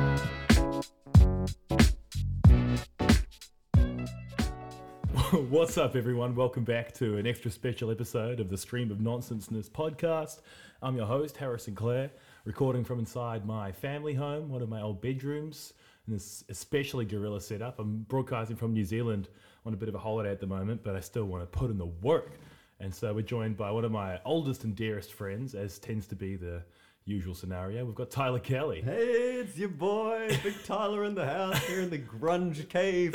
What's up, everyone? Welcome back to an extra special episode of the Stream of Nonsenseness podcast. I'm your host, Harrison Clare, recording from inside my family home, one of my old bedrooms, in this especially guerrilla setup. I'm broadcasting from New Zealand on a bit of a holiday at the moment, but I still want to put in the work. And so we're joined by one of my oldest and dearest friends, as tends to be the usual scenario. We've got Tyler Kelly. Hey, it's your boy, Big Tyler in the house here in the grunge cave,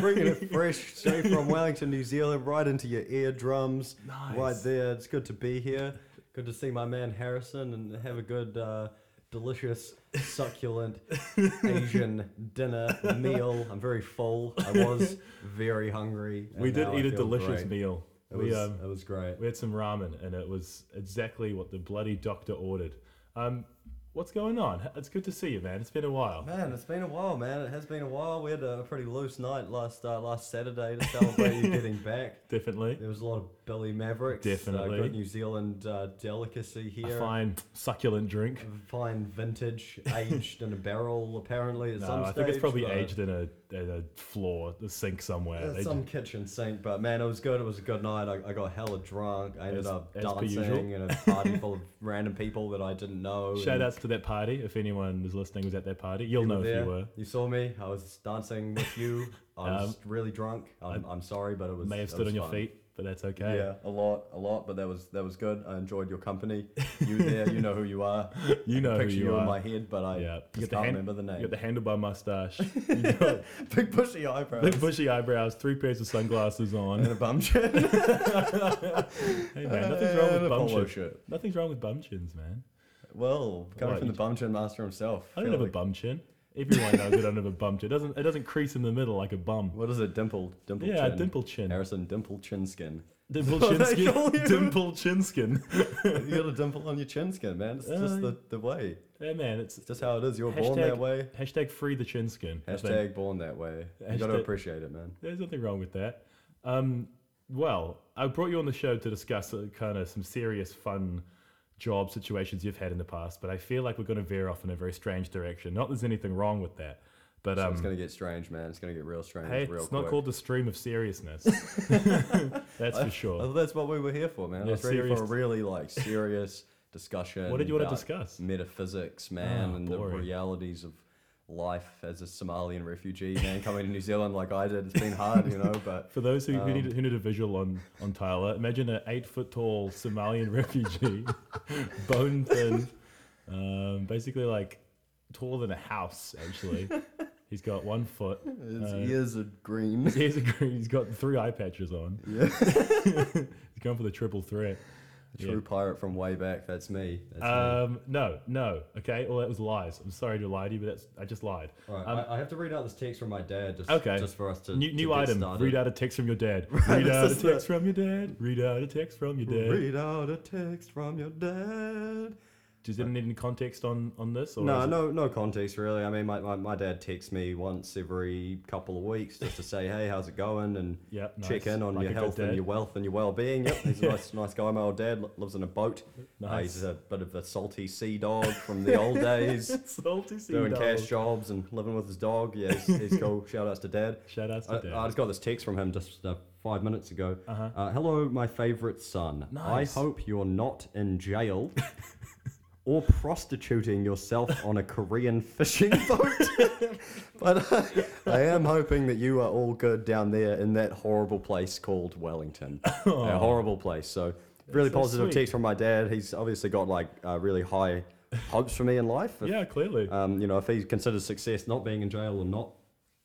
bringing it fresh straight from Wellington, New Zealand, right into your eardrums, Nice. right there. It's good to be here. Good to see my man Harrison and have a good, uh, delicious, succulent Asian dinner meal. I'm very full. I was very hungry. and we did now I eat a feel delicious great. meal. It we, was, um, it was great. We had some ramen, and it was exactly what the bloody doctor ordered. Um, what's going on? It's good to see you, man. It's been a while. Man, it's been a while, man. It has been a while. We had a pretty loose night last uh, last Saturday to celebrate you getting back. Definitely. There was a lot of Billy Mavericks. Definitely. Uh, good New Zealand uh, delicacy A here. fine, succulent drink. Fine vintage, aged in a barrel, apparently, at No, some I stage. think it's probably but aged in a, in a floor, the sink somewhere. it's They some kitchen sink, but man, it was good. It was a good night. I, I got hella drunk. I ended As- up as per dancing usual. in a party full of random people that I didn't know. just- shout and outs to that party. If anyone was listening, was at that party, you'll know if there. you were. Um, saw me. I was dancing with you. I was really drunk. I'm, I'm sorry, but it was. May have it stood was on your fun. feet, but that's okay. Yeah, a lot, a lot, but that was that was good. I enjoyed your company. You there, you know who you are. You I can know who picture you you are. in my head, but I Yeah. just the can't hand- remember the name. You got the handlebar mustache. You got Big bushy eyebrows big bushy eyebrows, three pairs of sunglasses on. and a bum chin. Hey man, nothing's wrong And a with bum polo chins. shirt. Nothing's wrong with bum chins, man. well, coming What, from you- the bum chin master himself. I don't feel have a like- bum chin. Everyone knows that I don't have a bum chin. It doesn't it doesn't crease in the middle like a bum. What is it? Dimple, dimple Yeah, chin. dimple chin. Harrison, dimple chin skin. Dimple What chin they call skin. you? Dimple chin skin. you got a dimple on your chin skin, man. It's Uh, just the, the way. yeah, man, it's It's just how it is. You're born hashtag- that way. Hashtag free the chin skin. I think. Hashtag born that way. You got to Hashtag- appreciate it, man. There's nothing wrong with that. Um, well, I brought you on the show to discuss uh, kind of some serious fun job situations you've had in the past, but I feel like we're going to veer off in a very strange direction. Not that there's anything wrong with that, but um, It's gonna get strange, man. It's gonna get real strange. hey, real it's not quick. called the stream of seriousness. That's for sure. Well, that's what we were here for, man. I Yeah, was ready serious- for a really like serious discussion. What did you wanna about discuss? Metaphysics, man, Ah, and the boring. realities of life as a Somalian refugee, man, coming to New Zealand like I did. It's been hard, you know, but For those who, who, Um, need, who need a visual on, on Tyler, imagine an eight foot tall Somalian refugee, bone thin, um, basically like taller than a house, actually. He's got one foot. his uh, ears are green. He's, a, green- he's got three eye patches on. he's going for the triple threat. True pirate from way back. That's me. That's me. Um, no, no. Okay, all that was lies. I'm sorry to lie to you, but that's I just lied. All right, um, I, I have to read out this text from my dad just, Okay. just for us to New, to new get item. started. Read out a text from your dad. read this out a is the- text from your dad. Read out a text from your dad. Read out a text from your dad. Does it need any context on on this? Or No, is it- no, no context really. I mean, my, my, my dad texts me once every couple of weeks just to say, hey, how's it going? And Yep, check nice. in on Like a your good health dad. and your wealth and your well being. Yep, he's a nice, nice guy. My old dad li- lives in a boat. Uh, he's a bit of a salty sea dog from the old days, Salty sea doing dog. cash jobs and living with his dog. Yeah, he's, he's cool. Shout outs to dad. Shout outs to I, dad. I just got this text from him just uh, five minutes ago. Uh-huh. hello, my favorite son. Nice. I hope you're not in jail or prostituting yourself on a Korean fishing boat. but uh, I am hoping that you are all good down there in that horrible place called Wellington. A horrible place. So, really so positive sweet. text from my dad. He's obviously got like uh, really high hopes for me in life. If- yeah, clearly. um, you know, if he considers success not being in jail or not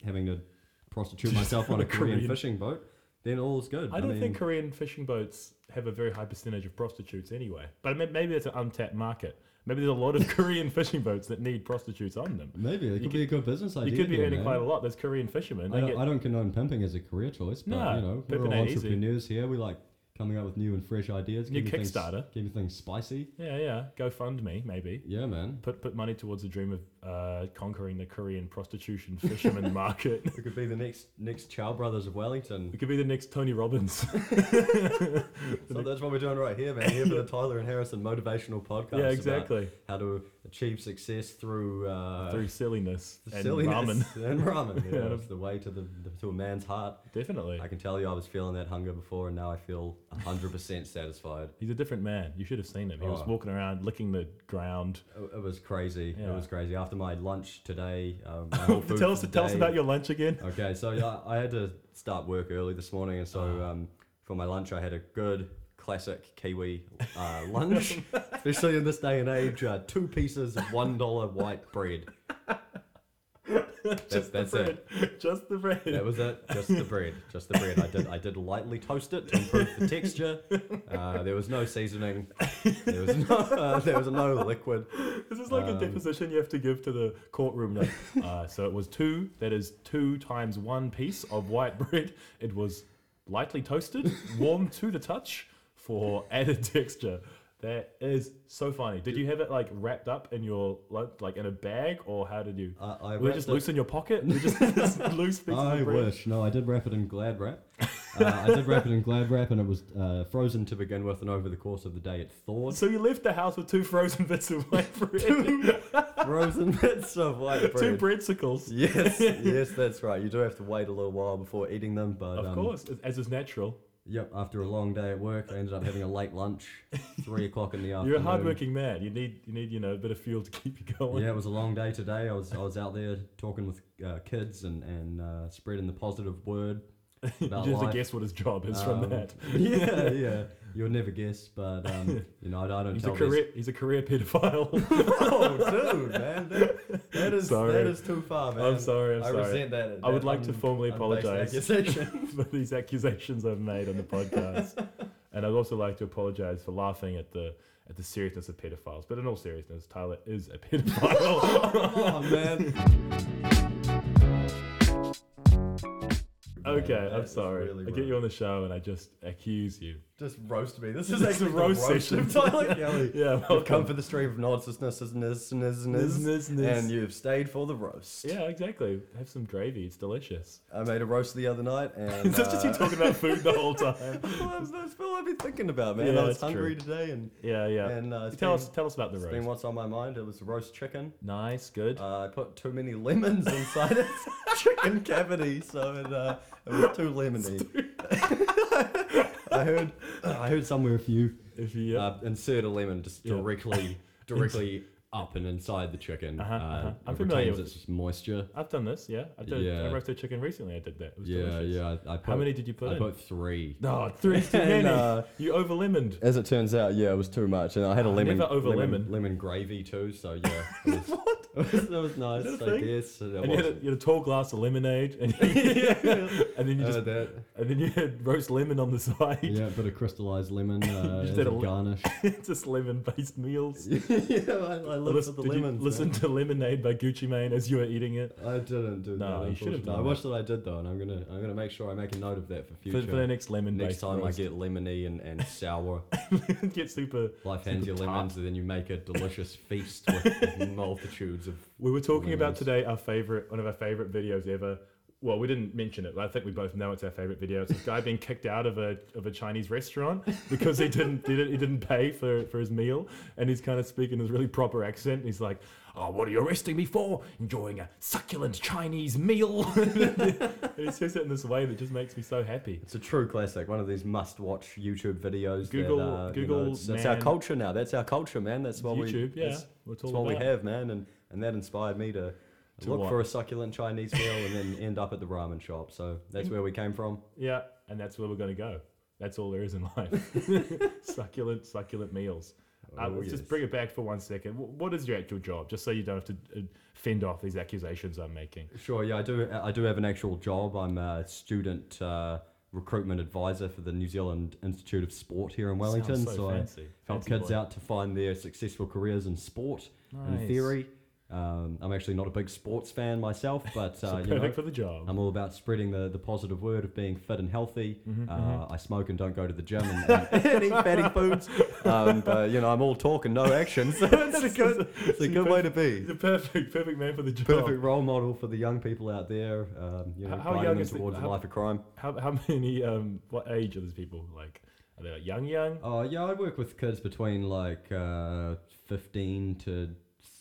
having to prostitute myself on a Korean, Korean. fishing boat, then all's good. I don't mean, think Korean fishing boats have a very high percentage of prostitutes anyway. But may- maybe that's an untapped market. Maybe there's a lot of Korean fishing boats that need prostitutes on them. maybe it could be a good business idea. You could be here, earning man. quite a lot. There's Korean fishermen. They I don't, get, I don't condone pimping as a career choice, but Nah, you know, we're pimping all ain't easy. entrepreneurs here. We like coming up with new and fresh ideas. New keeping things- Kickstarter. keeping things spicy. yeah, yeah. GoFundMe, maybe. Yeah, man. Put put money towards the dream of uh, conquering the Korean prostitution fisherman market. We could be the next next Chow Brothers of Wellington. We could be the next Tony Robbins. So that's what we're doing right here, man. Here for the Tyler and Harrison motivational podcast. Yeah, about exactly. How to achieve success through uh, through silliness and silliness ramen. and ramen. You know, Yeah. it's the way to the, the to a man's heart. Definitely. I can tell you, I was feeling that hunger before, and now I feel hundred percent satisfied. He's a different man. You should have seen him. He was Oh. walking around licking the ground. It, it was crazy. Yeah. It was crazy. After my lunch today, um, my whole food tell for us the tell us day- about your lunch again. Okay, so yeah, I had to start work early this morning, and so Ah. um, for my lunch, I had a good classic Kiwi uh, lunch, especially in this day and age. Uh, two pieces of one dollar white bread. That's, that's it. Bread. Just the bread. That was it. Just the bread. Just the bread. I did. I did lightly toast it to improve the texture. Uh, there was no seasoning. There was no. Uh, there was no liquid. This is like Um, a deposition you have to give to the courtroom. Like, uh, so it was two. That is two times one piece of white bread. It was lightly toasted, warm to the touch for added texture. That is so funny. Did you have it like wrapped up in your lu- like in a bag, or how did you? Uh, I Were it just wrapped it- loose in your pocket? Were just just loose pieces I of bread? wish. No, I did wrap it in Glad wrap. Uh, I did wrap it in Glad wrap, and it was uh, frozen to begin with, and over the course of the day, it thawed. So you left the house with two frozen bits of white bread, frozen bits of white two bread. breadsicles. yes, yes, that's right. You do have to wait a little while before eating them, but Of um, course, as is natural. Yep. After a long day at work, I ended up having a late lunch, three o'clock in the afternoon. You're a hardworking man. You need you need you know a bit of fuel to keep you going. Yeah, it was a long day today. I was I was out there talking with uh, kids and and uh, spreading the positive word. you about just have life. to guess what his job is from Um, that. Yeah, yeah. You'll never guess, but um, you know, I, I don't He's a tell career he's a career pedophile. these. Oh, dude, man, that, that is Sorry. that is too far, man. I'm sorry. I'm I sorry. resent that. I would that like to un- formally unbased apologise. accusation. for these accusations I've made on the podcast, and I'd also like to apologise for laughing at the at the seriousness of pedophiles. But in all seriousness, Tyler is a pedophile. Come on, Oh, man. Man, okay, that I'm is sorry. really I get rude. you on the show and I just accuse you. Just roast me. This is This is actually a the roast roast session. of Tyler Kelly. Yeah, You've come welcome. for the stream of nonsenseness, isness, isness, Nis- nis- nis. and you've stayed for the roast. Yeah, exactly. Have some gravy. It's delicious. I made a roast the other night, and Is that just you uh, talking about food the whole time? well, that's, that's all I've been thinking about, man. Yeah, I was that's true. hungry today, and Yeah, yeah. And, uh, it's tell been- us, tell us about the it's roast. been what's on my mind. It was roast chicken. Nice, good. Uh, I put too many lemons inside its chicken cavity, so it, uh, it was too lemony. I heard, I heard somewhere if you if you, uh, insert a lemon just Yeah. directly, directly up and inside the chicken, Uh-huh, uh, uh-huh. I'm it familiar retains its moisture. I've done this. Yeah, I've done I yeah. roasted chicken recently. I did that. It was Yeah, delicious. yeah. I, I put, How many did you put I in? put three. No, three too And, many. uh, you over lemoned. As it turns out, yeah, it was too much, and I had a lemon, Ah, never over lemon. lemon, gravy too. So yeah, it was, what? It was, it was nice, that a I thing? guess. and it And you had, a, wasn't- you had a tall glass of lemonade, and, and then you Uh, just that- and then you had roast lemon on the side. yeah, but a crystallized lemon uh, just as had a a le- garnish. just lemon-based meals. yeah, I, I live for Listen, the did you lemons. listen to Lemonade by Gucci Mane as you were eating it man. I didn't do No, that. you should have unfortunately. done I that. wish that I did though, and I'm gonna I'm gonna make sure I make a note of that for for, future. for the next lemon-based Next time I roast. get lemony and, and sour, get super. life hands you Super tart. lemons, and then you make a delicious feast with multitudes of. We were talking about Lemons. today our favorite, one of our favorite videos ever. Well, we didn't mention it, but I think we both know it's our favorite video. It's this guy being kicked out of a of a Chinese restaurant because he didn't did it, he didn't pay for for his meal, and he's kind of speaking this really proper accent. He's like, "Oh, what are you arresting me for? Enjoying a succulent Chinese meal." and he says it in this way that just makes me so happy. It's a true classic. One of these must-watch YouTube videos. Google- that, uh, Google You know, it's, it's our man. culture now. That's our culture, man. That's what we. YouTube, yeah. That's, It's that's all what we about. have, man. And and that inspired me to, To look what? for a succulent Chinese meal and then end up at the ramen shop. So that's where we came from. Yeah, and that's where we're gonna go. That's all there is in life. succulent, succulent meals. Uh, Oh, let's just yes. bring it back for one second. Wh- What is your actual job? Just so you don't have to uh, fend off these accusations I'm making. Sure. Yeah, I do. I do have an actual job. I'm a student uh, recruitment advisor for the New Zealand Institute of Sport here in Wellington. so I fancy. help Fancy kids boy. out to find their successful careers in sport and Nice. theory. Um, I'm actually not a big sports fan myself, but uh, Perfect you know, for the job. I'm all about spreading the, the positive word of being fit and healthy. Mm-hmm, uh, I smoke and don't go to the gym and, and eat fatty foods. Um, but, you know, I'm all talk and no action. So it's a good, it's a So good you're way to be. the perfect, perfect man for the job. Perfect role model for the young people out there, um, you know, How- how young guiding them is the- towards how- a life of crime. How, how many? Um, what age are these people? Like, are they like young, young? Oh, yeah, I work with kids between like uh, 15 to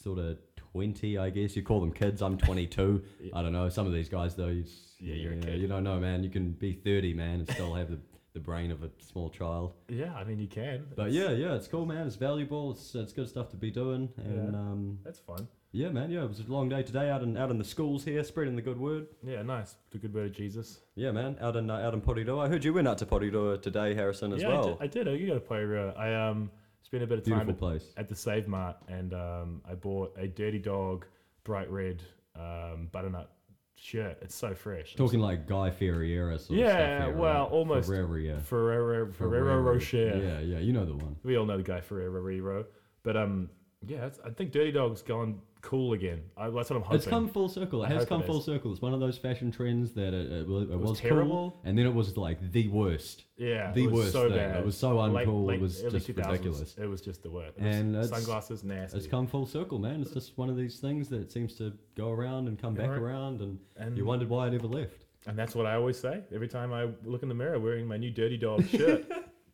sort of 20, I guess. You call them kids. I'm 22. I don't know. Some of these guys, though, you, just- Yeah, you're a yeah, kid. You don't know, man. You can be 30, man, and still have the, the brain of a small child. Yeah, I mean you can. But yeah, yeah, it's cool, man. It's valuable. It's, it's good stuff to be doing. And Yeah. um, That's fun. yeah, man. Yeah, it was a long day today out in out in the schools here, spreading the good word. Yeah, nice. The good word of Jesus. Yeah, man. Out in uh, out in Porirua. I heard you went out to Porirua today, Harrison, as yeah, well. I did. I did. You got a play real. I um spent a bit of time Beautiful at- place. at the Save Mart, and um, I bought a Dirty Dog bright red um, butternut shirt. It's so fresh. I'm Talking like Guy Ferriera sort of Yeah, stuff here, well, right? almost. Ferreria. s- Ferrero Ferrero Rocher. Yeah, yeah, you know the one. We all know the guy Ferrero Rero, but um, yeah, it's, I think Dirty Dog's gone cool again. I, that's what I'm hoping. It's come full circle. It I has hope come it full is. circle. It's one of those fashion trends that it, it, wa- it was, cool, terrible. and then it was like the worst. yeah, the it was worst so thing. bad. It was so Late- uncool. late it was early just 2000s, ridiculous. It was just the worst. It was And it's- sunglasses nasty. It's come full circle, man. It's just one of these things that seems to go around and come back right. Mm. around, and, And- you wondered why it ever left. And that's what I always say every time I look in the mirror wearing my new Dirty Dog shirt.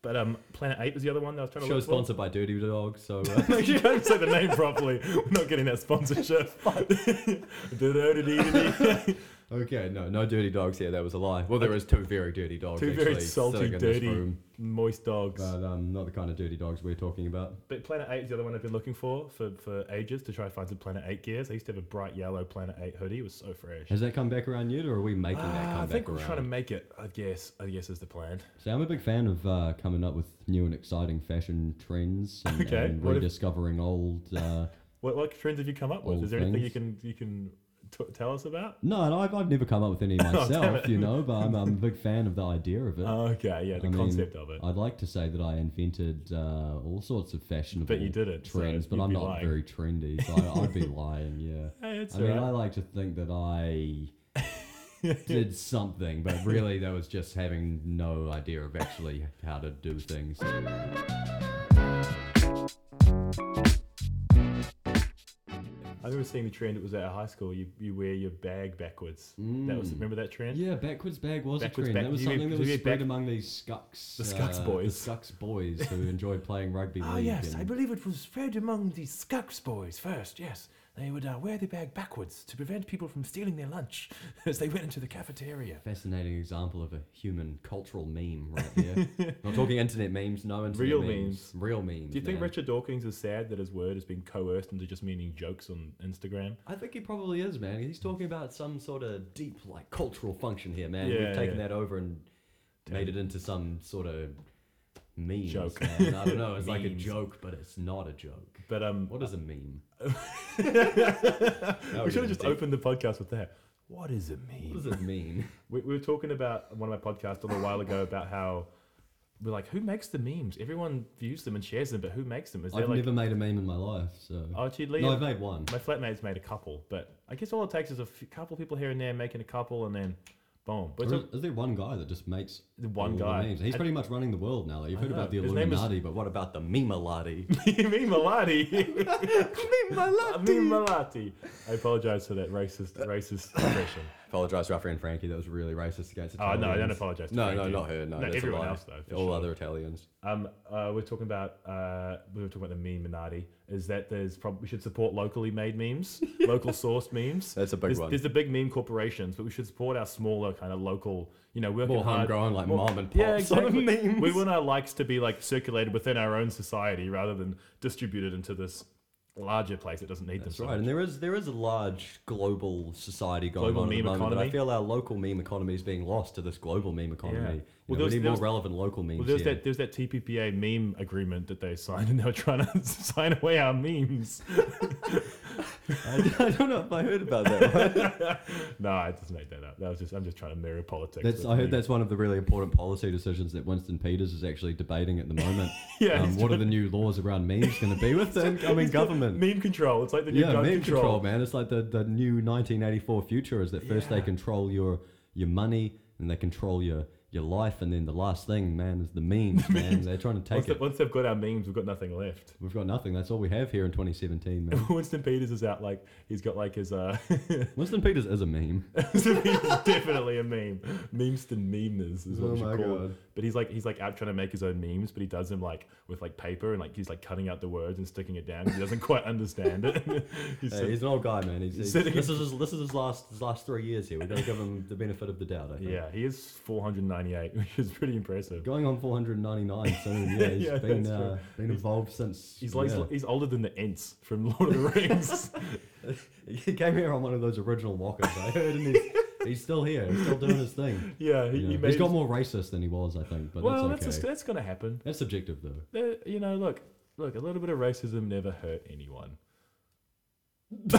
but um, Planet Ape was the other one that I was trying to Show look for. sponsored by Dirty Dog, so uh, Make sure you don't say the name properly. We're not getting that sponsorship. Du-du-du-du-du-du. okay, no, no dirty dogs here. That was a lie. Well, there is two very dirty dogs. Two actually, very salty, sitting in this dirty, room, moist dogs. but um, not the kind of dirty dogs we're talking about. But Planet 8 is the other one I've been looking for, for for ages to try and find some Planet 8 gears. I used to have a bright yellow Planet 8 hoodie. It was so fresh. Has that come back around yet, or are we making that Ah, come I think back we're around? trying to make it, I guess, I guess is the plan. See, I'm a big fan of uh, coming up with new and exciting fashion trends and, Okay, and what if- rediscovering old. Uh, What, what trends have you come up with? Old is there anything you can things. you can t- tell us about? no, no, I've, I've never come up with any myself, Oh, it. you know, but I'm, I'm a big fan of the idea of it. Oh, okay, yeah, the I mean, concept of it. I'd like to say that I invented uh, all sorts of fashionable didn't, so trends, but you'd I'm be not lying. very trendy, so I, I'd be lying, yeah. Hey, it's I mean, alright. I like to think that I did something, but really that was just having no idea of actually how to do things. I remember seeing the trend. It was at high school. You, you wear your bag backwards. That Hmm. was remember that trend. Yeah, backwards bag was Backwards a trend. bag- That was you mean- something that you was mean spread back- among these Scucks. uh, The Scucks boys. The Scucks boys who enjoyed playing rugby league. Oh yes, I and- believe it was spread among the Scucks boys first. Yes, they would uh, wear their bag backwards to prevent people from stealing their lunch as they went into the cafeteria. Fascinating example of a human cultural meme right there. Not talking internet memes, no internet Real memes. Real memes. Do you think man. Richard Dawkins is sad that his word has been coerced into just meaning jokes on Instagram? I think he probably is, man. He's talking about some sort of deep, like, cultural function here, man. Yeah, We've taken yeah. that over and made it into some sort of meme. Joke. Man. I don't know. It's like a Memes. joke, but it's not a joke. But um, What is a meme? we should have just opened the podcast with that. What is it mean? What does it mean? We, we were talking about one of my podcasts a little while ago about how we're like, who makes the memes? Everyone views them and shares them, but who makes them? Is there I've like Oh, never made a meme in my life, so. Archie Lee? no, I've made one. my flatmate's made a couple, but I guess all it takes is a few, couple people here and there making a couple, and then boom. But Or it's is, is there one guy that just makes The one all the guy. memes? He's I- pretty much running the world now. Like, you've I heard know. about the His name is- Illuminati, but what about the Memelati? a, me Malati. I Memelati. mean Malati. I apologize for that racist racist impression. Apologise to our friend Frankie. That was really racist against Oh, Italians. no, I don't apologise to No, Frankie. no, not her. No, No, that's a everyone lie. else, though, for All sure. other Italians. Um, uh, we're talking about uh, we were talking about the meme Minati. Is that there's probably we should support locally made memes, local sourced memes. That's a big there's, one. There's the big meme corporations, but we should support our smaller kind of local. You know, working More hard, homegrown, like mom and pop yeah, sort of exactly. memes. We want our likes to be like circulated within our own society rather than distributed into this larger place that doesn't need That's them. so right, much. and there is there is a large global society going Global on at the meme moment, but I economy. feel our local meme economy is being lost to this global meme economy. Yeah. You Well, know, there's- we need there more was- relevant local memes. Well, there's here. that there's that TPPA meme agreement that they signed, and they were trying to sign away our memes. I, I don't know if I heard about that. one. no, I just made that up. That was just I'm just trying to mirror politics. That's, with I heard memes. that's one of the really important policy decisions that Winston Peters is actually debating at the moment. Yeah, um, he's what are the new laws around memes going to be with the incoming It's got government? Meme control. It's like the new yeah, gun meme control. control. man. It's like the, the new 1984 future is that first they Yeah. control your your money and they control your your life, and then the last thing, man, is the memes, man. They're trying to take Once, they, it. once they've got our memes, we've got nothing left. We've got nothing. That's all we have here in 2017, man. Winston Peters is out like he's got like his uh Winston Peters is a meme. Winston Peters is definitely a meme. Memeston memeness is what Oh we should my call God. it. But he's like he's like out trying to make his own memes, but he does them like with like paper and like he's like cutting out the words and sticking it down. 'cause He doesn't quite understand it. He's Hey, so- he's an old guy, man. He's, he's, sitting- this is his, this is his last his last three years here. We gotta give him the benefit of the doubt. I think. yeah, he is 498, which is pretty impressive. Going on 499 soon. Yeah, he's Yeah, been that's true. uh, been involved since. He's like yeah. he's older than the Ents from Lord of the Rings. he came here on one of those original walkers. I heard, and he's, he's still here. He's still doing his thing. yeah, he, Yeah. he made he's got his- more racist than he was, I think. But Well, that's that's okay. just- that's gonna happen. that's subjective, though. There- you know, look, look, a little bit of racism never hurt anyone. no,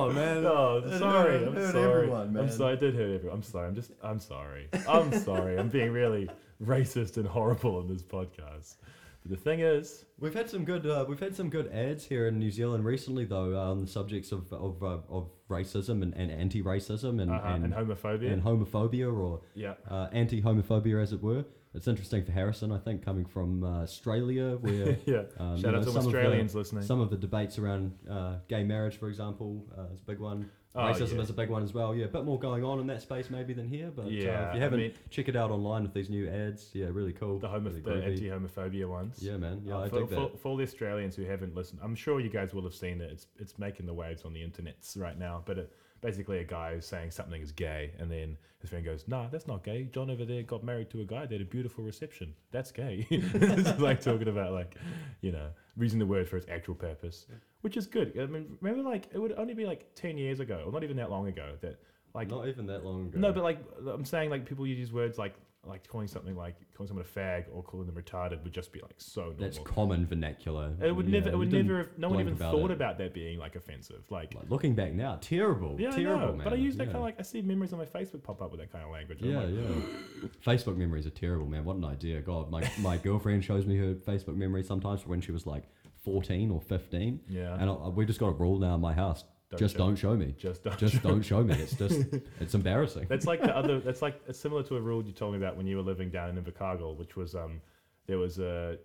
on, man. no, It sorry, hurt- I'm hurt sorry. everyone, man. I'm sorry, I did hurt everyone. I'm sorry. I'm just, I'm sorry. I'm sorry. I'm being really racist and horrible on this podcast. But the thing is, We've had some good uh, we've had some good ads here in New Zealand recently, though, uh, on the subjects of of, uh, of racism and, and anti-racism and uh, and, and, and, homophobia. homophobia or yeah. uh, anti-homophobia, as it were. It's interesting for Harrison, I think, coming from uh, Australia, where Yeah. um, you Shout know, out to all some of the- Australians listening. some of the debates around uh, gay marriage, for example, uh, is a big one. Oh, Racism yeah. is a big one as well. Yeah, a bit more going on in that space maybe than here, but uh, Yeah, if I you haven't, mean- check it out online with these new ads. Yeah, really cool. the homo- really the anti groovy. homophobia ones. Yeah, man. Yeah, Uh, I for, dig that. for, for all the Australians who haven't listened, I'm sure you guys will have seen it. It's it's making the waves on the internets right now. But it, basically, a guy is saying something is gay, and then his friend goes, "Nah, that's not gay. John over there got married to a guy. They had a beautiful reception. That's gay." it's like talking about like, you know, using the word for its actual purpose, which is good. I mean, remember like it would only be like ten years ago, or not even that long ago, that like Not even that long ago. no, but like I'm saying, like people use words like like calling something like calling someone a fag or calling them retarded would just be like so normal. that's common vernacular. It would Yeah, never. It you would didn't never. Have, no one blink even about thought it. about that being like offensive. Like, Like, looking back now, terrible, yeah, I terrible, know, man. But I use that yeah. kind of like I see memories on my Facebook pop up with that kind of language. and Yeah, I'm like, yeah. Facebook memories are terrible, man. What an idea. God, my, my girlfriend shows me her Facebook memories sometimes when she was like 14 or 15. Yeah. And I, we just got a rule now in my house Don't just show- don't show me. just don't. Just don't show me. It's just, it's embarrassing. That's like the other. That's like it's similar to a rule you told me about when you were living down in Invercargill, which was um, there was a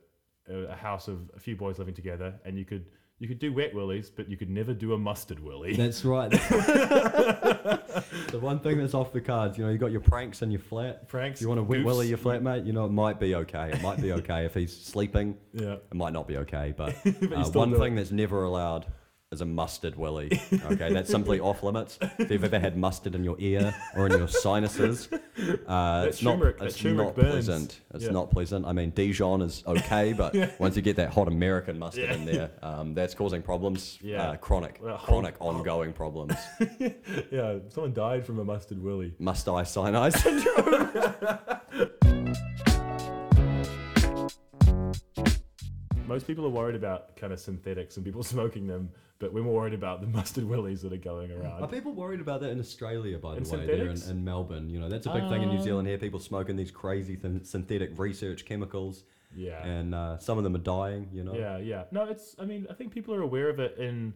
a a house of a few boys living together, and you could you could do wet willies, but you could never do a mustard willy. That's right. the one thing that's off the cards, you know, you got your pranks in your flat. Pranks, You want to wet goofs. willy your flatmate, you know, it might be okay. It might be okay if he's sleeping. yeah. It might not be okay, but, you uh, still one do thing that's never allowed is a mustard willy. Okay, that's simply off limits. If you've ever had mustard in your ear or in your sinuses, uh, it's not turmeric- that it's turmeric not burns. pleasant. It's Yeah. not pleasant. I mean, Dijon is okay, but once you get that hot American mustard in there, um, that's causing problems. Yeah. Uh, chronic, Well, whole- chronic, ongoing problems. Yeah. Someone died from a mustard willy. Must I cyanide syndrome? Most people are worried about kind of synthetics and people smoking them, but we're more worried about the mustard willies that are going Are around. people worried about that in Australia, by the In way, there in, synthetics? Uh. in Melbourne? You know, that's a big thing in New Zealand here. People smoking these crazy thin synthetic research chemicals, Yeah. and uh, some of them are dying, you know? Yeah, yeah. No, it's. I mean, I think people are aware of it in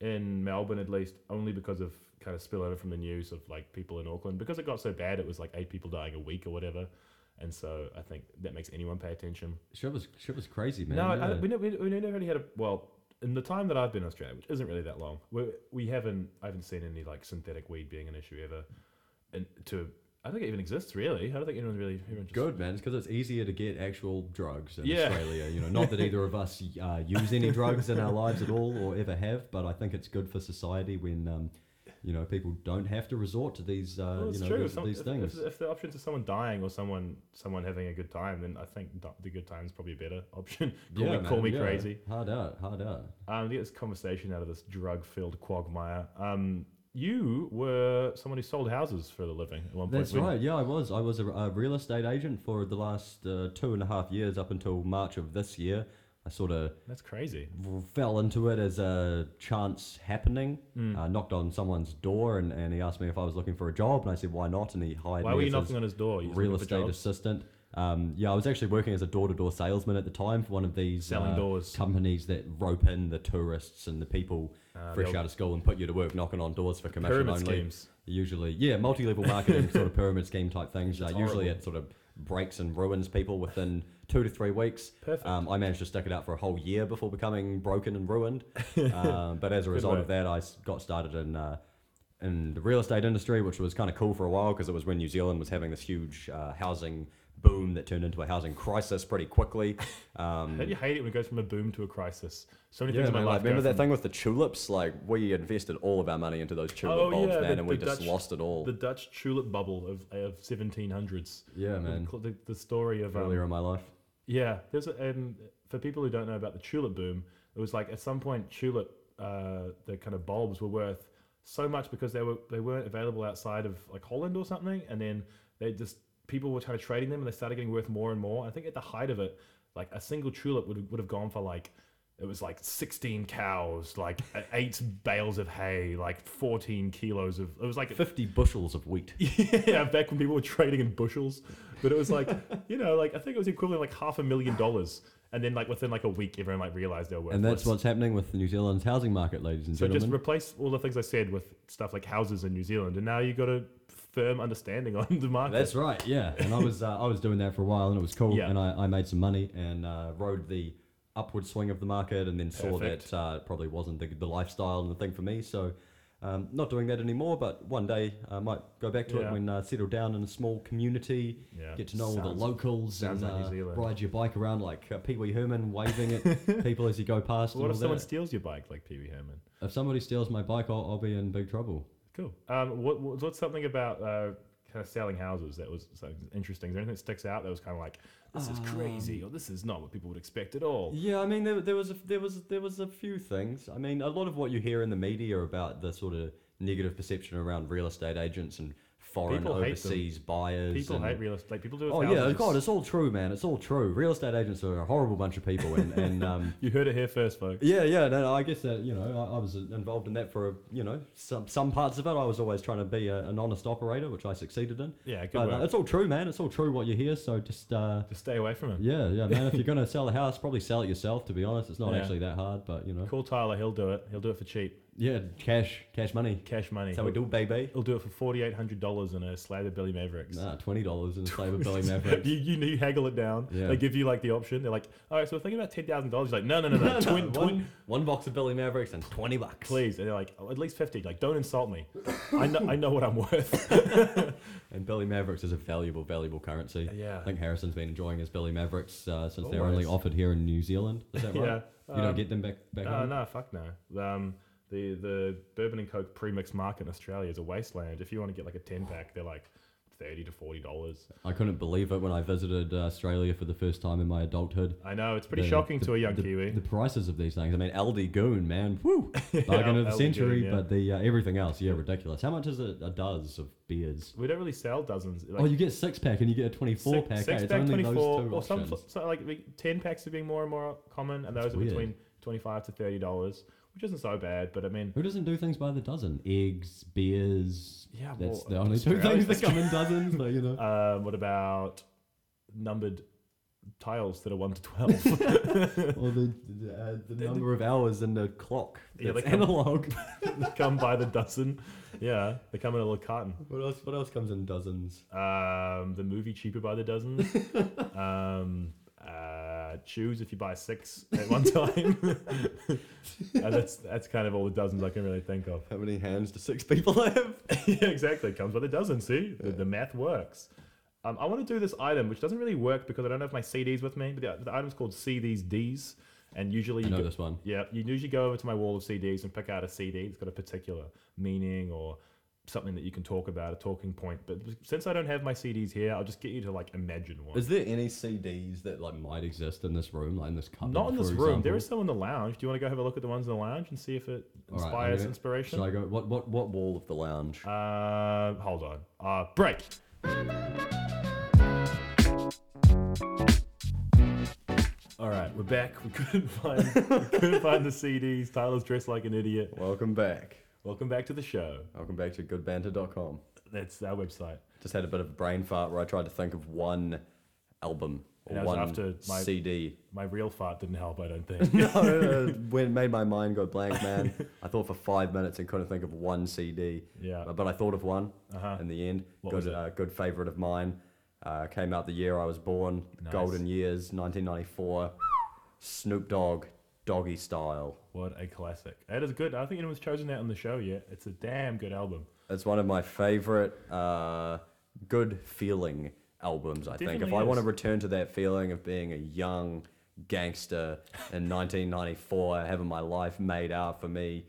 in Melbourne at least, only because of kind of spillover from the news of like people in Auckland because it got so bad. It was like eight people dying a week or whatever, and so I think that makes anyone pay attention. Shit was, shit was crazy, man. No, yeah. I, we, never, we never really had a well. In the time that I've been in Australia, which isn't really that long, we, we haven't. I haven't seen any like synthetic weed being an issue ever. And to, I don't think it even exists really. I don't think anyone really. Everyone just, Good, man. It's because it's easier to get actual drugs in Yeah. Australia. You know, not that either of us uh, use any drugs in our lives at all or ever have, but I think it's good for society when, um, you know, people don't have to resort to these, uh, Well, it's you know, true. these, Some- these if, things. If, if the options are someone dying or someone someone having a good time, then I think di- the good time is probably a better option. call me, call man, me yeah. crazy. Hard out, hard out. Um, to get this conversation out of this drug-filled quagmire. Um, you were someone who sold houses for a living at one point. That's when- right. Yeah, I was. I was a, a real estate agent for the last uh, two and a half years up until March of this year. I sort of That's crazy. fell into it as a chance happening. Hmm. Uh, knocked on someone's door and, and he asked me if I was looking for a job, and I said, why not? And he hired Why me were you as his knocking on his door? You just real looking for estate jobs? assistant. Um, yeah, I was actually working as a door-to-door salesman at the time for one of these Selling uh, doors. companies that rope in the tourists and the people Ah, the fresh old- out of school and put you to work knocking on doors for commission Pyramid only. schemes. Usually, yeah, multi-level marketing sort of pyramid scheme type things. Uh, That's usually, horrible. it sort of breaks and ruins people within two to three weeks. Perfect. Um, I managed to stick it out for a whole year before becoming broken and ruined. um, but as a result work. of that, I s- got started in uh, in the real estate industry, which was kind of cool for a while because it was when New Zealand was having this huge uh, housing boom that turned into a housing crisis pretty quickly. Um, Don't you hate it when it goes from a boom to a crisis? So many yeah, things in my man, like, life. go remember that from- thing with the tulips? Like we invested all of our money into those tulip Oh, bulbs, yeah, man, the- and we the just Dutch- lost it all. The Dutch tulip bubble of of 1700s. yeah, The- man. The, the story of um, Earlier in my life. Yeah, there's a, um, for people who don't know about the tulip boom, it was like at some point tulip uh, the kind of bulbs were worth so much because they were they weren't available outside of like Holland or something, and then they just people were kind of trading them and they started getting worth more and more. I think at the height of it, like a single tulip would would have gone for like it was like 16 cows, like eight bales of hay, like 14 kilos of it was like 50 bushels of wheat. yeah, back when people were trading in bushels. But it was like, you know, like I think it was equivalent to like half a million dollars. And then like within like a week, everyone like realized they were worthless. And that's what's happening with New Zealand's housing market, ladies and so just gentlemen. replace all the things I said with stuff like houses in New Zealand, and now you got a firm understanding on the market. That's right, yeah. And I was uh, I was doing that for a while, and it was cool. Yeah. And I, I made some money and uh, rode the upward swing of the market, and then saw Perfect. that uh, it probably wasn't the, the lifestyle and the thing for me. So, um, not doing that anymore. But one day I might go back to Yeah. it when uh, settle down in a small community, Yeah. get to know all Sounds- the locals, sounds and like New uh, Zealand. ride your bike around like uh, Pee Wee Herman, waving at people as you go past. what and if all someone that. steals your bike like Pee Wee Herman? if somebody steals my bike, I'll, I'll be in big trouble. Cool. Um, what, what- what's something about uh, kind of selling houses that was so interesting? Is there anything that sticks out that was kind of like this Um, is crazy or this is not what people would expect at all? Yeah, I mean there, there was a, there was there was a few things. I mean, a lot of what you hear in the media about the sort of negative perception around real estate agents and foreign People hate them. overseas buyers. People and- hate real estate. Like people do. With Oh houses. yeah, God, it's all true, man. It's all true. Real estate agents are a horrible bunch of people, and, and um, you heard it here first, folks. yeah, yeah. No, no, I guess that you know I, I was involved in that for you know some some parts of it. I was always trying to be a, an honest operator, which I succeeded in. Yeah, good But work. uh, it's all true, man. It's all true what you hear. So just uh, Just stay away from him. yeah, yeah, man. If you're gonna sell a house, probably sell it yourself. To be honest, it's not Yeah. actually that hard, but you know, Call Tyler. He'll do it. He'll do it for cheap, yeah, cash, cash money. cash money. That's how we do, baby. He'll do it for forty eight hundred dollars in a slab of Billy Mavericks. Nah, twenty dollars in a slab of Billy Mavericks. You, you you haggle it down. Yeah. They give you like the option. They're like, all right, so we're thinking about ten thousand dollars. You're like, no, no, no, no, twin, twin, one, one box of Billy Mavericks and twenty bucks. please. And they're like, "Oh, at least fifty. Like, don't insult me. I know, I know what I'm worth. And Billy Mavericks is a valuable, valuable currency. Yeah. I think Harrison's been enjoying his Billy Mavericks uh, since they're only Always. offered here in New Zealand. Is that right? Yeah, You um, don't get them back back no, home. no, fuck no. Um, the the bourbon and coke premix market in Australia is a wasteland. If you want to get like a ten pack, they're like thirty to forty dollars. I couldn't believe it when I visited uh, Australia for the first time in my adulthood. I know it's pretty the- shocking the- to a young the, Kiwi. The prices of these things. I mean, Aldi Goon, man, woo, bargain of the Aldi century. Goon, E yeah. But the uh, everything else, yeah, ridiculous. How much is a, a does of beers? we don't really sell dozens. Like, Oh, you get six pack and you get a twenty four Six- pack. Six eh? It's pack, only those 24, two or some, options. so like the ten packs are being more and more common, and those are weird. between twenty-five to thirty dollars, which isn't so bad. But I mean, Who doesn't do things by the dozen? Eggs, beers. Yeah, that's well, uh, the only two Australia- things that come in dozens. But you know, um, what about numbered tiles that are one to twelve? or the the, uh, the number of hours in the clock. Yeah, that's they come- analog. Come by the dozen. Yeah, they come in a little carton. what else? What else comes in dozens? Um, the movie cheaper by the dozen. um, uh, shoes if you buy six at one time. and that's that's kind of all the dozens I can really think of. How many hands do six people have? yeah, exactly. It comes by the dozen. See, the, the math works. Um, I want to do this item, which doesn't really work because I don't have my CDs with me. But the, the item's called See These Ds, and usually you know go- this one. Yeah, you usually go over to my wall of CDs and pick out a CD that's got a particular meaning or something that you can talk about, a talking point. But since I don't have my CDs here, I'll just get you to like imagine one. Is there any CDs that like might exist in this room, like in this cupboard? Not in for this room. There example? is some in the lounge. Do you want to go have a look at the ones in the lounge and see if it All right, I'm inspires gonna- inspiration? Should I go? What what what wall of the lounge? Uh, hold on. Uh, break. All right, we're back. We couldn't find we couldn't find the CDs. Tyler's dressed like an idiot. Welcome back. Welcome back to the show. Welcome back to goodbanter.com. That's our website. Just had a bit of a brain fart where I tried to think of one album or And that was one after my- CD. My real fart didn't help, I don't think. no, no, no, when it made my mind go blank, man. I thought for five minutes and couldn't think of one CD. Yeah. But, but I thought of one Uh-huh. in the end. What good, was it? Uh, good favorite of mine. Uh, came out the year I was born. Golden years, 1994. Snoop Dogg, Doggy Style. What a classic. That is good. I don't think anyone's chosen that on the show yet. It's a damn good album. It's one of my favorite uh, good feeling albums, I think. If Definitely I want to is. return to that feeling of being a young gangster in 1994, having my life made out for me,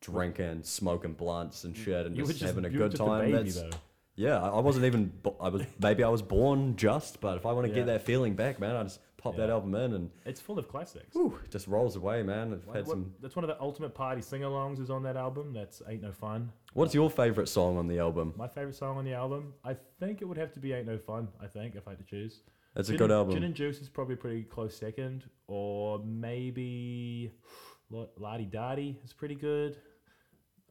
drinking, smoking blunts and shit, and You were just, just- having a you were good just a time. baby, that's, though. Yeah, I I wasn't even. bo- I was maybe I was born just, but if I want to Yeah. get that feeling back, man, I just pop that Yeah. album in and It's full of classics. whew, it just rolls away, man. I've What- had some. that's one of the ultimate party sing-alongs is on that album. That's Ain't No Fun. What's your favorite song on the album? My favorite song on the album, I think it would have to be Ain't No Fun, I think, if I had to choose. That's a Gin good and- album. Gin and Juice is probably a pretty close second, or maybe Lo- Lardy Dardy is pretty good.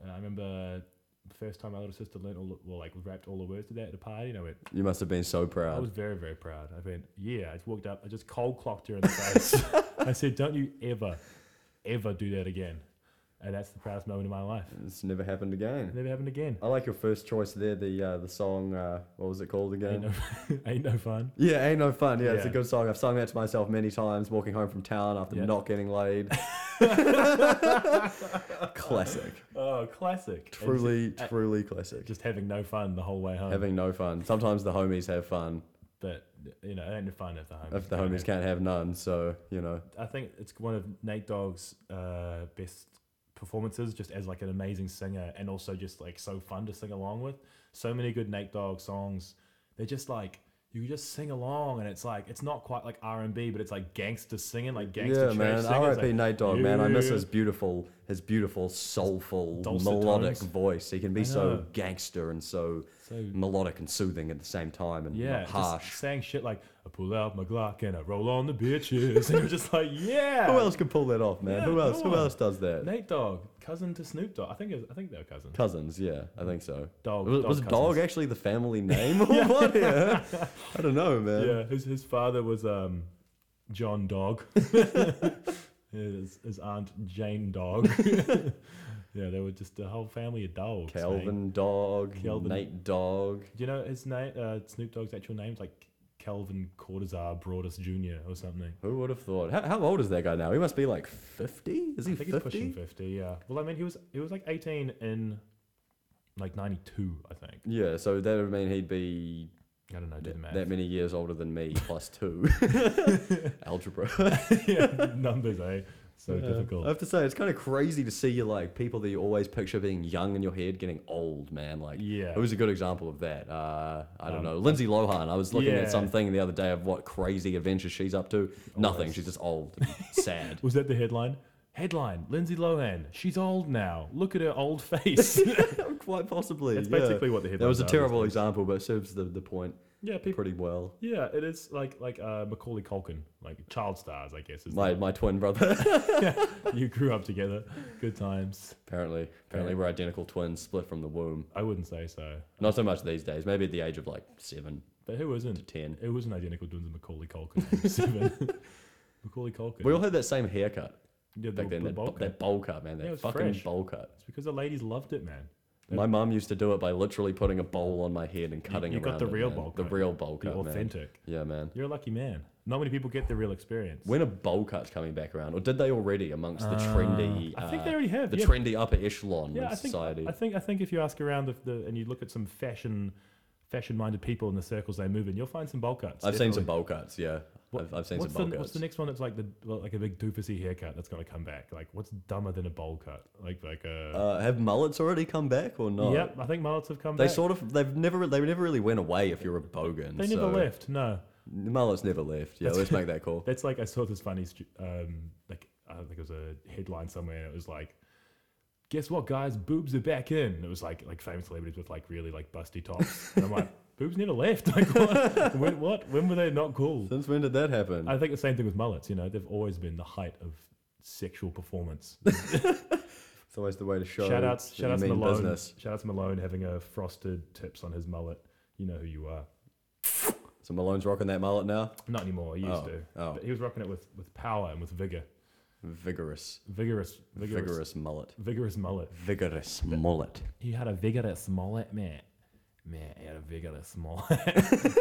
And I remember the first time my little sister learned all the, well, like rapped all the words to that at a party, and I went, You must have been so I proud. was very, very proud. I went, yeah, I just walked up, I just cold clocked her in the face. I said, don't you ever, ever do that again. And that's the proudest moment of my life. It's never happened again. Never happened again. I like your first choice there. The uh, the song, uh, what was it called Ain't again? no, ain't no fun. yeah, ain't no fun. Yeah, it's a Yeah. good song. I've sung that to myself many times, walking home from town after Yeah. not getting laid. classic, Oh, classic. And truly, just, truly classic. just having no fun the whole way home. Having no fun. Sometimes the homies have fun. but you know, it ain't no fun at the home. If the homies can't have none, so you know. I think it's one of Nate Dogg's uh, best performances, just as like an amazing singer, and also just like so fun to sing along with. So many good Nate Dogg songs. They're just like you can just sing along, and it's like it's not quite like R and B, but it's like gangster singing, like gangster Yeah, church man. singing. It's R.I.P. like, Nate Dogg, man. I miss "Yeah." his beautiful, his beautiful, soulful, Dulcet melodic tones. voice. He can be so know. gangster and so, So- melodic and soothing at the same time, and Yeah, not just harsh. saying shit like I pull out my Glock and I roll on the bitches, and you're just like, yeah. Who else can pull that off, man? Yeah, who else? no Who one. else does that? Nate Dogg, cousin to Snoop Dogg. I think it was, I think they're cousins. Cousins, yeah, I think so. Dog- was, dog was dog cousins. actually the family name or what? Yeah. I don't know, man. Yeah, his his father was um, John Dog. his, his aunt Jane Dog. yeah, they were just a whole family of dogs. mate. Calvin Dog, Kelvin. Nate Dog. Do you know his name? Uh, Snoop Dogg's actual name's like Calvin Cortazar Broadus Jr. or something. Who would have thought? How, how old is that guy now? He must be like fifty. Is he I think he's pushing fifty? fifty. Yeah. Well, I mean, he was he was like eighteen in like ninety two, I think. Yeah, so that would mean he'd be I don't know. Do the math. that many years older than me, plus two. Algebra. yeah, numbers, eh? So Yeah. Oh, difficult. I have to say, it's kind of crazy to see you like people that you always picture being young in your head getting old, man. Like, Yeah. who's a good example of that? Uh, I don't Um, know, Lindsay Lohan. I was looking yeah. at something the other day of what crazy adventures she's up to. Nothing. that's- She's just old, and sad. Was that the headline? Headline: Lindsay Lohan. She's old now. Look at her old face. Quite possibly. That's yeah. basically what the That headlines was a are terrible example, but it serves the, the point yeah, people. pretty well. Yeah, it is like like uh, Macaulay Culkin, like child stars, I guess. Is My my twin brother. you grew up together, good times. apparently, apparently we're identical twins, split from the womb. I wouldn't say so, Not so much these days. Maybe at the age of like seven but who to isn't? ten. It wasn't identical twins of Macaulay Culkin. Seven. Macaulay Culkin. We all had that same haircut. yeah, the, back then. the That, bowl bu- cut. that bowl cut, man. That Yeah, it was fucking fresh. bowl cut. It's because the ladies loved it, man. That- My mum used to do it by literally putting a bowl on my head and cutting you around got the it, real man. bowl The cut. real bowl The cut, man. authentic. Yeah, man. You're a lucky man. Not many people get the real experience. When are bowl cuts coming back around, or did they already amongst the trendy? I think uh, they already have. the yeah. trendy upper echelon yeah, of I think, society. I think I think if you ask around if the, and you look at some fashion fashion minded people in the circles they move in, you'll find some bowl cuts. I've seen definitely. some bowl cuts. Yeah, I've, I've seen some what's bowl the, cuts. What's the next one that's like the well, like a big doofusy haircut that's gonna come back? Like what's dumber than a bowl cut? Like like a uh, have mullets already come back or not? yep. I think mullets have come They back. sort of they've never they never really went away if you're a bogan. they never so- left. No, Mullets never left. Yeah, let's make that call. that's like I saw this funny stu- um like I think it was a headline somewhere and it was like. Guess what, guys? Boobs are back in. It was like like famous celebrities with like really like busty tops, and I'm like, boobs never left. Like what? when what? When were they not cool? Since when did that happen? I think the same thing with mullets. You know, they've always been the height of sexual performance. It's always the way to show. shout outs, that shout you outs mean Malone. business. Shout outs Malone having a frosted tips on his mullet. You know who you are. So Malone's rocking that mullet now. Not anymore. He used Oh, to. oh. But he was rocking it with, with power and with vigor. Vigorous, Vigorous, vigorous, vigorous, vigorous, mullet, mullet. vigorous mullet. He had a vigorous mullet, man. Man, eh? he had a vigorous mullet.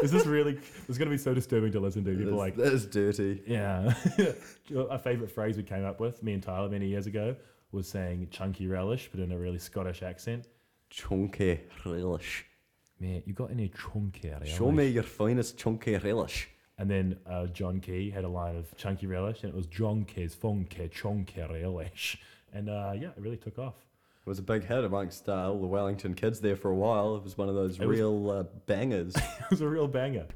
is this really? It's going to be so disturbing to listen to. People That's- like, that is dirty. yeah. a favorite phrase we came up with, me and Tyler, many years ago, was saying chunky relish, but in a really Scottish accent. Chunky relish. Man, you got any chunky relish? Show me your finest chunky relish. And then uh, John Key had a line of chunky relish, and it was John Key's funky chunky relish, and uh, yeah, it really took off. It was a big hit amongst uh, all the Wellington kids there for a while. It was one of those was- real uh, bangers. It was a real banger.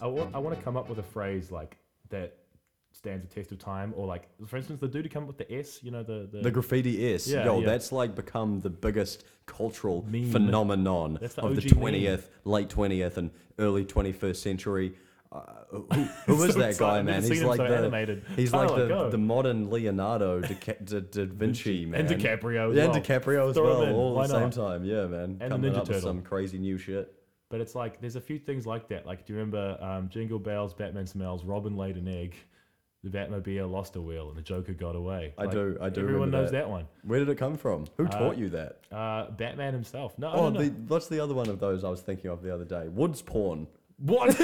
I want, I want to come up with a phrase like that stands the test of time, or like, for instance, the dude who come up with the S, you know, the the, the graffiti S. Yeah, Yo, yeah. that's like become the biggest cultural Meme. phenomenon That's the of the OG meme. 20th, late 20th, and early 21st century. Uh, who who So is that excited. guy, I've never man? seen He's him like so the animated. he's Tyler, like go. the, the modern Leonardo Dica- da, da Vinci, man. and DiCaprio as Yeah, well. and DiCaprio as Throw him well, in, all why at the same not? time. Yeah, man. the Coming Ninja up with Turtle. some crazy new shit. But it's like there's a few things like that. Like, do you remember um, Jingle Bells, Batman Smells, Robin laid an egg, the Batmobile lost a wheel, and the Joker got away. I Like, do- I do Everyone remember knows that. that, one. Where did it come from? Who taught you that? Uh, Batman himself. No, Oh, no, no. the, what's the other one of those I was thinking of the other day? Woods porn. what?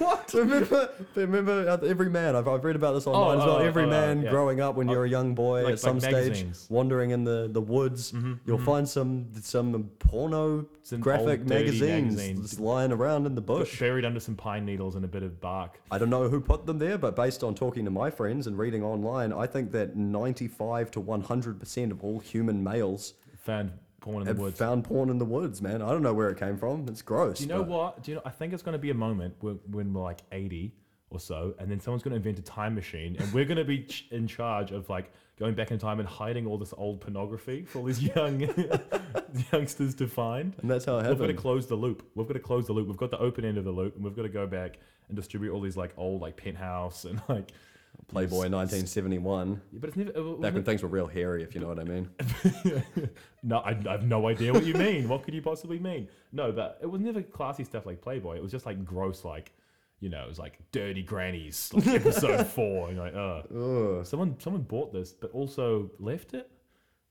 what? Remember, remember uh, every man. I've, I've read about this online as well. oh, every oh, man yeah. Uh, growing up when you're a young boy like- at some like stage, magazines. Mm-hmm, wandering in the, the woods, you'll find some some porno Some graphic old dirty magazines magazine. just lying around in the bush. Buried under some pine needles and a bit of bark. I don't know who put them there, but based on talking to my friends and reading online, I think that 95 to 100% of all human males Found porn in the have woods. found porn in the woods, man. I don't know where it came from. It's gross. Do you know but- what? Do you know? I think it's going to be a moment when, when we're like 80 or so, and then someone's going to invent a time machine, and we're going to be ch- in charge of like going back in time and hiding all this old pornography for all these young youngsters to find. And that's how it We've got to happened. close the loop. We've got to close the loop. We've got the open end of the loop, and we've got to go back and distribute all these like old like penthouse and like. Playboy 1971. But it's never. It was Back never- when things were real hairy, if you know what I mean. no, I, I have no idea what you mean. what could you possibly mean? No, but it was never classy stuff like Playboy. It was just like gross, like you know, it was like dirty grannies, like episode four. And you're like, ugh. someone someone bought this, but also left it.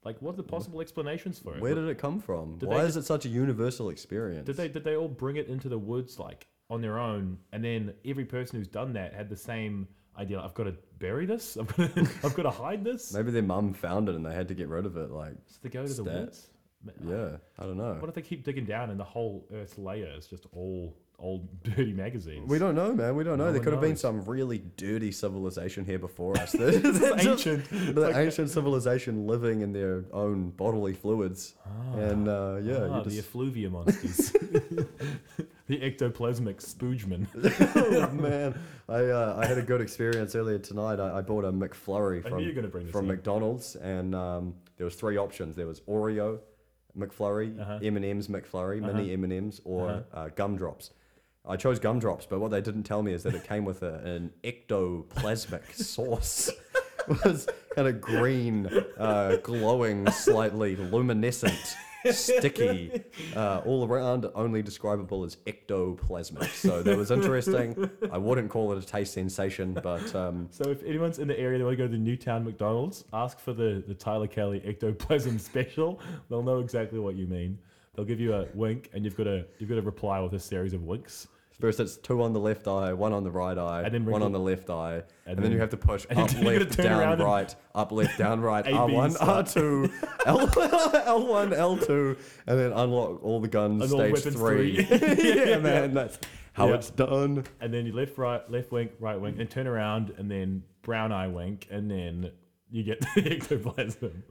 Like, what are the possible explanations for it? Where did it come from? Did Why they is it such a universal experience? Did they did they all bring it into the woods like on their own, and then every person who's done that had the same idea? Like, I've got to bury this. I've got to I've got to hide this. Maybe their mum found it and they had to get rid of it. Like, So they go to the Stat. woods. Ma- yeah, I don't know. What if they keep digging down and the whole Earth's layer is just all old dirty magazines? We don't know, man. We don't know. there one could have been knows. some really dirty civilization here before us. that- that just- ancient. The ancient civilization living in their own bodily fluids. and uh, yeah, Ah, you the just, effluvia monsters. the ectoplasmic spoogeman. oh, man. I, uh, I had a good experience earlier tonight. I, I bought a McFlurry knew from, you were gonna bring this from up. McDonald's, and um, there was three options. There was Oreo McFlurry, M and M's McFlurry, mini M and M's, or uh gumdrops. I chose gumdrops, but what they didn't tell me is that it came with a, an ectoplasmic sauce. It was kind of green, uh, glowing, slightly luminescent, sticky, uh, all around, only describable as ectoplasmic. So that was interesting. I wouldn't call it a taste sensation, but um, So if anyone's in the area they want to go to the Newtown McDonald's, ask for the, the Tyler Kelly ectoplasm special. They'll know exactly what you mean. They'll give you a wink and you've got to you've got to reply with a series of winks. First, it's two on the left eye, one on the right eye, And then one wrinkle- on the left eye, and, then, then- you have to push and then up, you gotta left, turn around down, and- right, up, left, down, right, A, B, R1, stop. R2, L, L1, L2, and then unlock all the guns, And all stage weapons three. yeah, man, that's how Yeah. it's done. And then you left right left wink, right wink, and turn around and then brown eye wink and then you get the ectoplasm.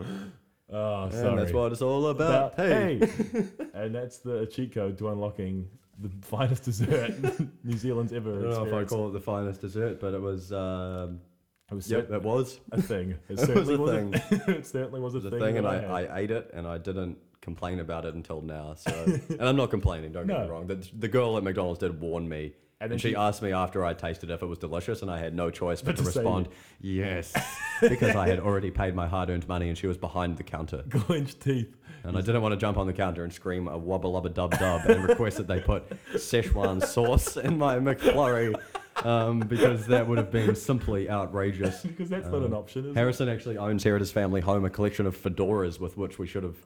Oh, sorry. And that's what it's all about. About- hey. hey. and that's the cheat code to unlocking the finest dessert New Zealand's I ever don't know Oh, if I experienced. call it the finest dessert, but it was. Um, It was yep, cer- it was a thing. It was certainly a was a thing. it certainly was a the thing. thing, and that had. I, I ate it, and I didn't complain about it until now. So, and I'm not complaining. Don't get me No. wrong. The, the girl at McDonald's did warn me, And and, then she, she- asked me after I tasted if it was delicious, and I had no choice but, But to to say respond, "Yes." because I had already paid my hard-earned money, and she was behind the counter. Clenched teeth. And I didn't want to jump on the counter and scream a wubba lubba dub dub and request that they put Szechuan sauce in my McFlurry um, because that would have been simply outrageous. Because that's not an Uh, option, is it? Harrison actually owns here at his family home a collection of fedoras with which we should have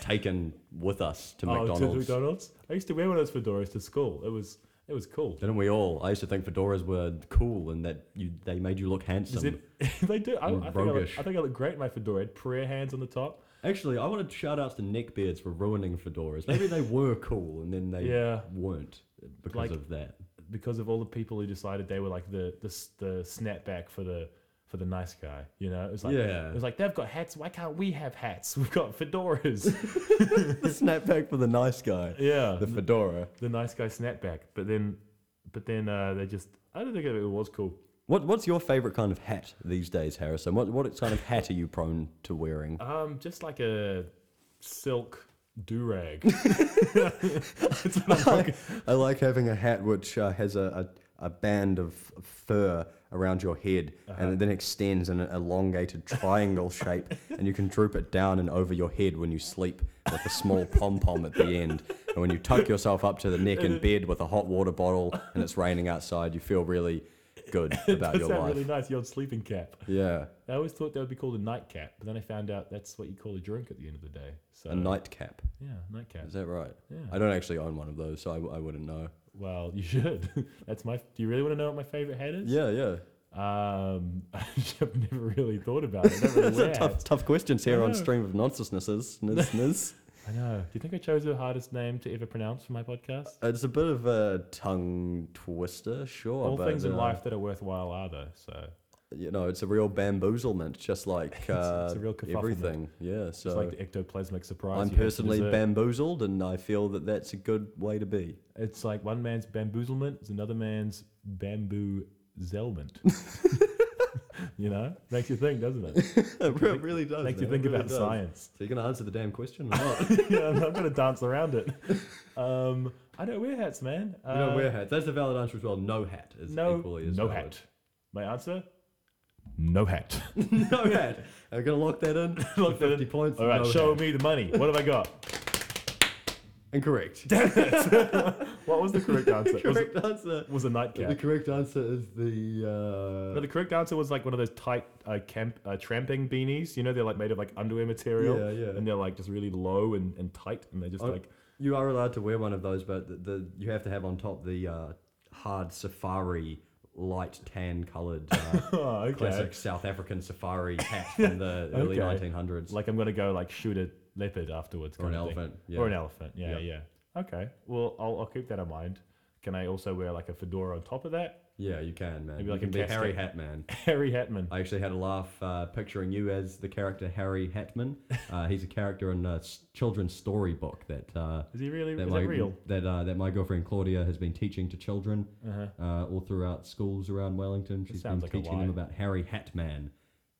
taken with us to Oh, to McDonald's. McDonald's. I used to wear one of those fedoras to school. It was it was cool. Didn't we all? I used to think fedoras were cool and that you, they made you look Is handsome. it, they do. I, I, think I, look, roguish. I think I look great in my fedora. I had prayer hands on the top. Actually, I wanted to shout outs to neckbeards for ruining fedoras. Maybe they were cool and then they Yeah. weren't because Like- of that. because of all the people who decided they were like the the, s- the snapback for the for the nice guy. You know, it was like Yeah. it was like they've got hats. Why can't we have hats? We've got fedoras. the snapback for the nice guy. yeah, The the, fedora. nice guy snapback. But then, but then uh, they just I don't think it was cool. What What's your favorite kind of hat these days, Harrison? What What kind of hat are you prone to wearing? Um, just like a silk do rag. That's what I'm looking- I like having a hat which uh, has a, a, a band of fur around your head Uh-huh. and it then extends in an elongated triangle shape and you can droop it down and over your head when you sleep with a small pom pom at the end. And when you tuck yourself up to the neck in bed with a hot water bottle and it's raining outside, you feel really good about Does your sound life. really nice. The old sleeping cap. Yeah, I always thought that would be called a nightcap, but then I found out that's what you call a drink at the end of the day. So a nightcap. yeah, nightcap. Is that right? Yeah. I don't actually own one of those, so I, w- I wouldn't know. Well, you should. That's my. Do you really want to know what my favorite hat is? Yeah, yeah. Um, I've never really thought about it. I never really Those are wear tough, hats. tough questions I here on know. Stream of Nonsensenesses. Niz, niz. I know. Do you think I chose the hardest name to ever pronounce for my podcast? Uh, It's a bit of a tongue twister, sure. All but, things in uh, life that are worthwhile are though. So You know, it's a real bamboozlement, just like uh, it's a real kerfufflement. everything. Yeah, it's so like the ectoplasmic surprise. you I'm have to personally deserve. bamboozled, and I feel that that's a good way to be. It's like one man's bamboozlement is another man's bamboo zelment. you know, makes you think, doesn't it? it re- really does. Makes you man, it think really about does. science. So you're going to answer the damn question or not? yeah, I'm gonna dance around it. Um, I don't wear hats, man. you Uh, don't wear hats. That's a valid answer as well. No hat is No, equally as no valid. hat. My answer? No hat. no hat. I'm gonna lock that in. Lock that in. 50 points. All right, no show hat. me the money. What have I got? Incorrect. What was the correct answer? the correct answer. Was, was a The nightcap. correct answer is the. No, Uh, the correct answer was like one of those tight uh, camp uh, tramping beanies. You know, they're like made of like underwear material. Yeah, yeah. And they're like just really low and, and tight, and they're just oh, like you are allowed to wear one of those, but the, the you have to have on top the uh, hard safari light tan coloured uh, oh, okay. classic South African safari hat from the early Okay. 1900s. Like I'm gonna go like shoot a leopard afterwards, Or an kind of thing. elephant, yeah. Or an elephant. Yeah, Yeah. yeah. Okay. Well, I'll, I'll keep that in mind. Can I also wear like a fedora on top of that? yeah, you can, man. Maybe you like can a be casket. Harry Hatman. Harry Hatman. I actually had a laugh uh, picturing you as the character Harry Hatman. Uh, he's a character in a s- children's storybook that uh, Is he really? that Is my that real? that uh, that my girlfriend Claudia has been teaching to children Uh-huh. uh, all throughout schools around Wellington. She's been sounds like a teaching them lie. about Harry Hatman.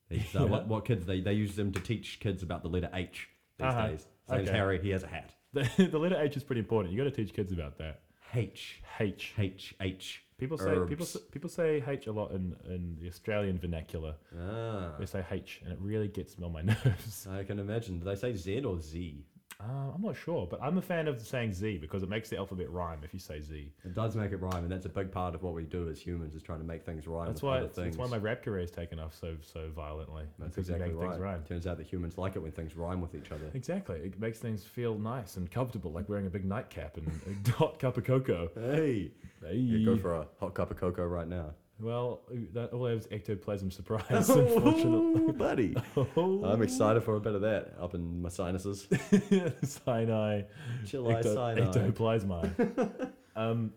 These, uh, what, what kids they they use them to teach kids about the letter H these Uh-huh. days. His name's Okay. Harry. He has a hat. The, the letter H is pretty important. You got to teach kids about that. H H. H H. People say people herbs. say, people say H a lot in, in the Australian vernacular. Ah, They say H, and it really gets me on my nerves. I can imagine. Do they say Z or Z? Uh, I'm not sure, but I'm a fan of saying Z because it makes the alphabet rhyme. If you say Z, It does make it rhyme, and that's a big part of what we do as humans is trying to make things rhyme. that's with why other it's, that's things. why my rap career has taken off so so violently. that's because you exactly make things right. rhyme. Turns out that humans like it when things rhyme with each other. Exactly, it makes things feel nice and comfortable, like wearing a big nightcap and a hot cup of cocoa. Hey, Hey. you go for a hot cup of cocoa right now. Well, that all I have is ectoplasm surprise. unfortunately, Ooh, buddy. I'm excited for a bit of that up in my sinuses. Sinai. Chill, I Ecto- Sinai. Ectoplasma. um,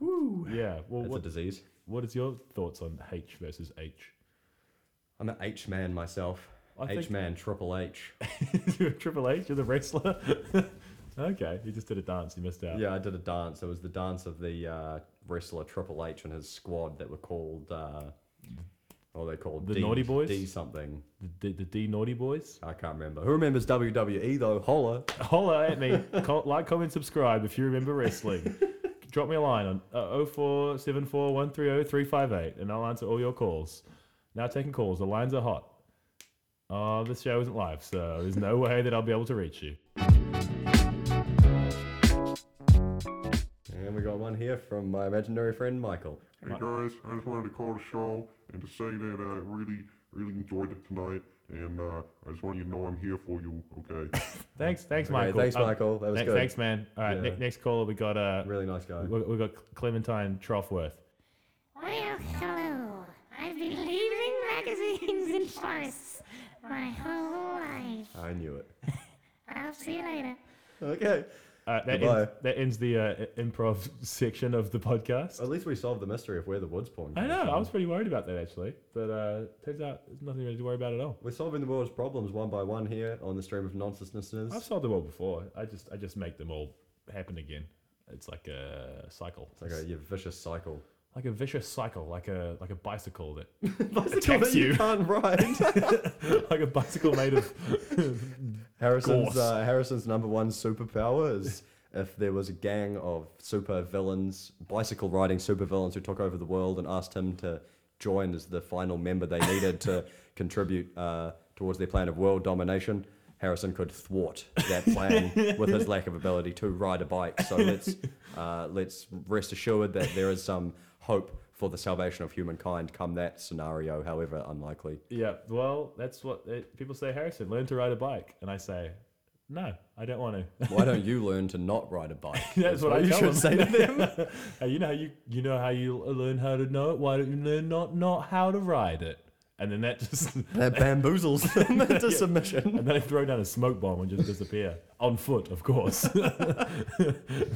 Woo. yeah. Well, That's a what, disease. what is your thoughts on H versus H? I'm an H man myself. I think- H man, triple H. You're Triple H, you're the wrestler. okay, you just did a dance. You missed out. Yeah, I did a dance. It was the dance of the uh, wrestler Triple H and his squad that were called. Uh, what were they called? The D, Naughty Boys? D something. The, the, the D naughty boys. I can't remember. Who remembers WWE though? Holla. Holla at me. Co- like, comment, subscribe if you remember wrestling. Drop me a line on uh, 0474 130 358 and I'll answer all your calls. Now taking calls. The lines are hot. Oh, this show isn't live, so there's no way that I'll be able to reach you. And we got one here from my imaginary friend Michael. Hey guys, I just wanted to call the show and to say that I really, really enjoyed it tonight. And uh, I just want you to know I'm here for you, okay? Thanks, thanks, Okay, Michael. thanks, Um, Michael. That was thanks, good. thanks, man. All right, Yeah. ne- next caller, we got uh, Really nice guy. we we got Clementine Troffworth. Well, hello. I've been leaving magazines in forests my whole life. I knew it. I'll see you later. Okay. Uh, that, Goodbye. ends, that ends the uh, i- improv section of the podcast. At least we solved the mystery of where the woods porn. I came know. from. I was pretty worried about that actually, but uh, turns out there's nothing really to worry about at all. We're solving the world's problems one by one here on the stream of nonsensenesses. I've solved them all before. I just I just make them all happen again. It's like a cycle. It's Like a yeah, vicious cycle. like a vicious cycle, like a like a bicycle that Bicycle Attacks that you you. can't ride. like a bicycle made of Harrison's Gorse. uh, Harrison's number one superpower is if there was a gang of super villains, bicycle riding super villains who took over the world and asked him to join as the final member they needed to contribute uh, towards their plan of world domination. Harrison could thwart that plan with his lack of ability to ride a bike. So let's uh, let's rest assured that there is some hope for the salvation of humankind come that scenario, however unlikely. yeah. Well, that's what it, people say. Harrison, learn to ride a bike, and I say, no, I don't want to. Why don't you learn to not ride a bike? That's what I you tell should them. say to them. Hey, you know how you you know how you learn how to know it. Why don't you learn not not how to ride it? And then that just and that bamboozles them into submission. then they throw down a smoke bomb and just disappear on foot, of course.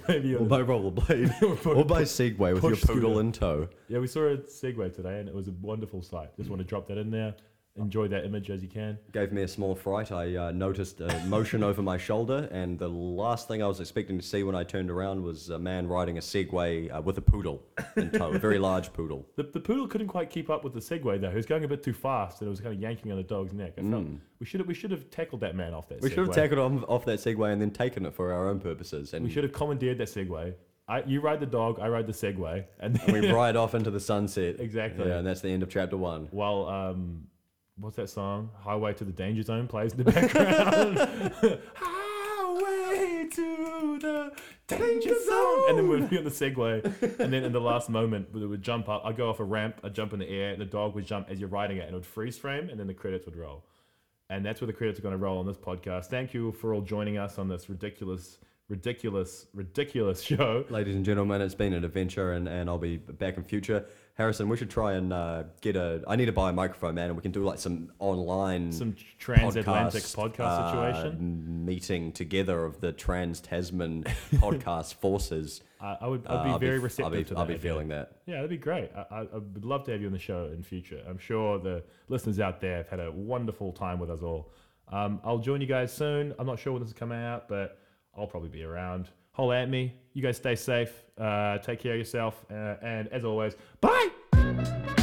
Maybe on Or a- by rollerblade. by- or by Segway with your push poodle scooter. in tow. yeah, we saw a Segway today, and it was a wonderful sight. Just want to drop that in there. Enjoy that image as you can. Gave me a small fright. I uh, noticed a motion over my shoulder, and the last thing I was expecting to see when I turned around was a man riding a Segway uh, with a poodle in tow, a very large poodle. The, the poodle couldn't quite keep up with the Segway though. He was going a bit too fast, and it was kind of yanking on the dog's neck. I felt we should have we should have tackled that man off that. Mm. We should have Segway. tackled him off that Segway and then taken it for our own purposes. And We should have commandeered that Segway. I, you ride the dog, I ride the Segway, and then we ride off into the sunset. Exactly. Yeah, and that's the end of chapter one. while um, what's that song? Highway to the Danger Zone plays in the background. Highway to the Danger Zone, and then we'd be on the Segway, and then in the last moment we would jump up. I'd go off a ramp, I'd jump in the air, and the dog would jump as you're riding it, and it would freeze frame, and then the credits would roll. And that's where the credits are going to roll on this podcast. Thank you for all joining us on this ridiculous, ridiculous, ridiculous show. Ladies and gentlemen, it's been an adventure, and, and I'll be back in future. Harrison, we should try and uh, get a. I need to buy a microphone, man, and we can do like some online, Some transatlantic podcast, uh, situation. meeting together of the Trans Tasman podcast forces. I, I would Uh, I'd be I'll very f- receptive I'll be, to that. I'll be idea. feeling that. Yeah, that'd be great. I, I, I would love to have you on the show in future. I'm sure the listeners out there have had a wonderful time with us all. Um, I'll join you guys soon. I'm not sure when this is coming out, but I'll probably be around. Holla at me. You guys stay safe. Uh, take care of yourself. Uh, and as always, bye.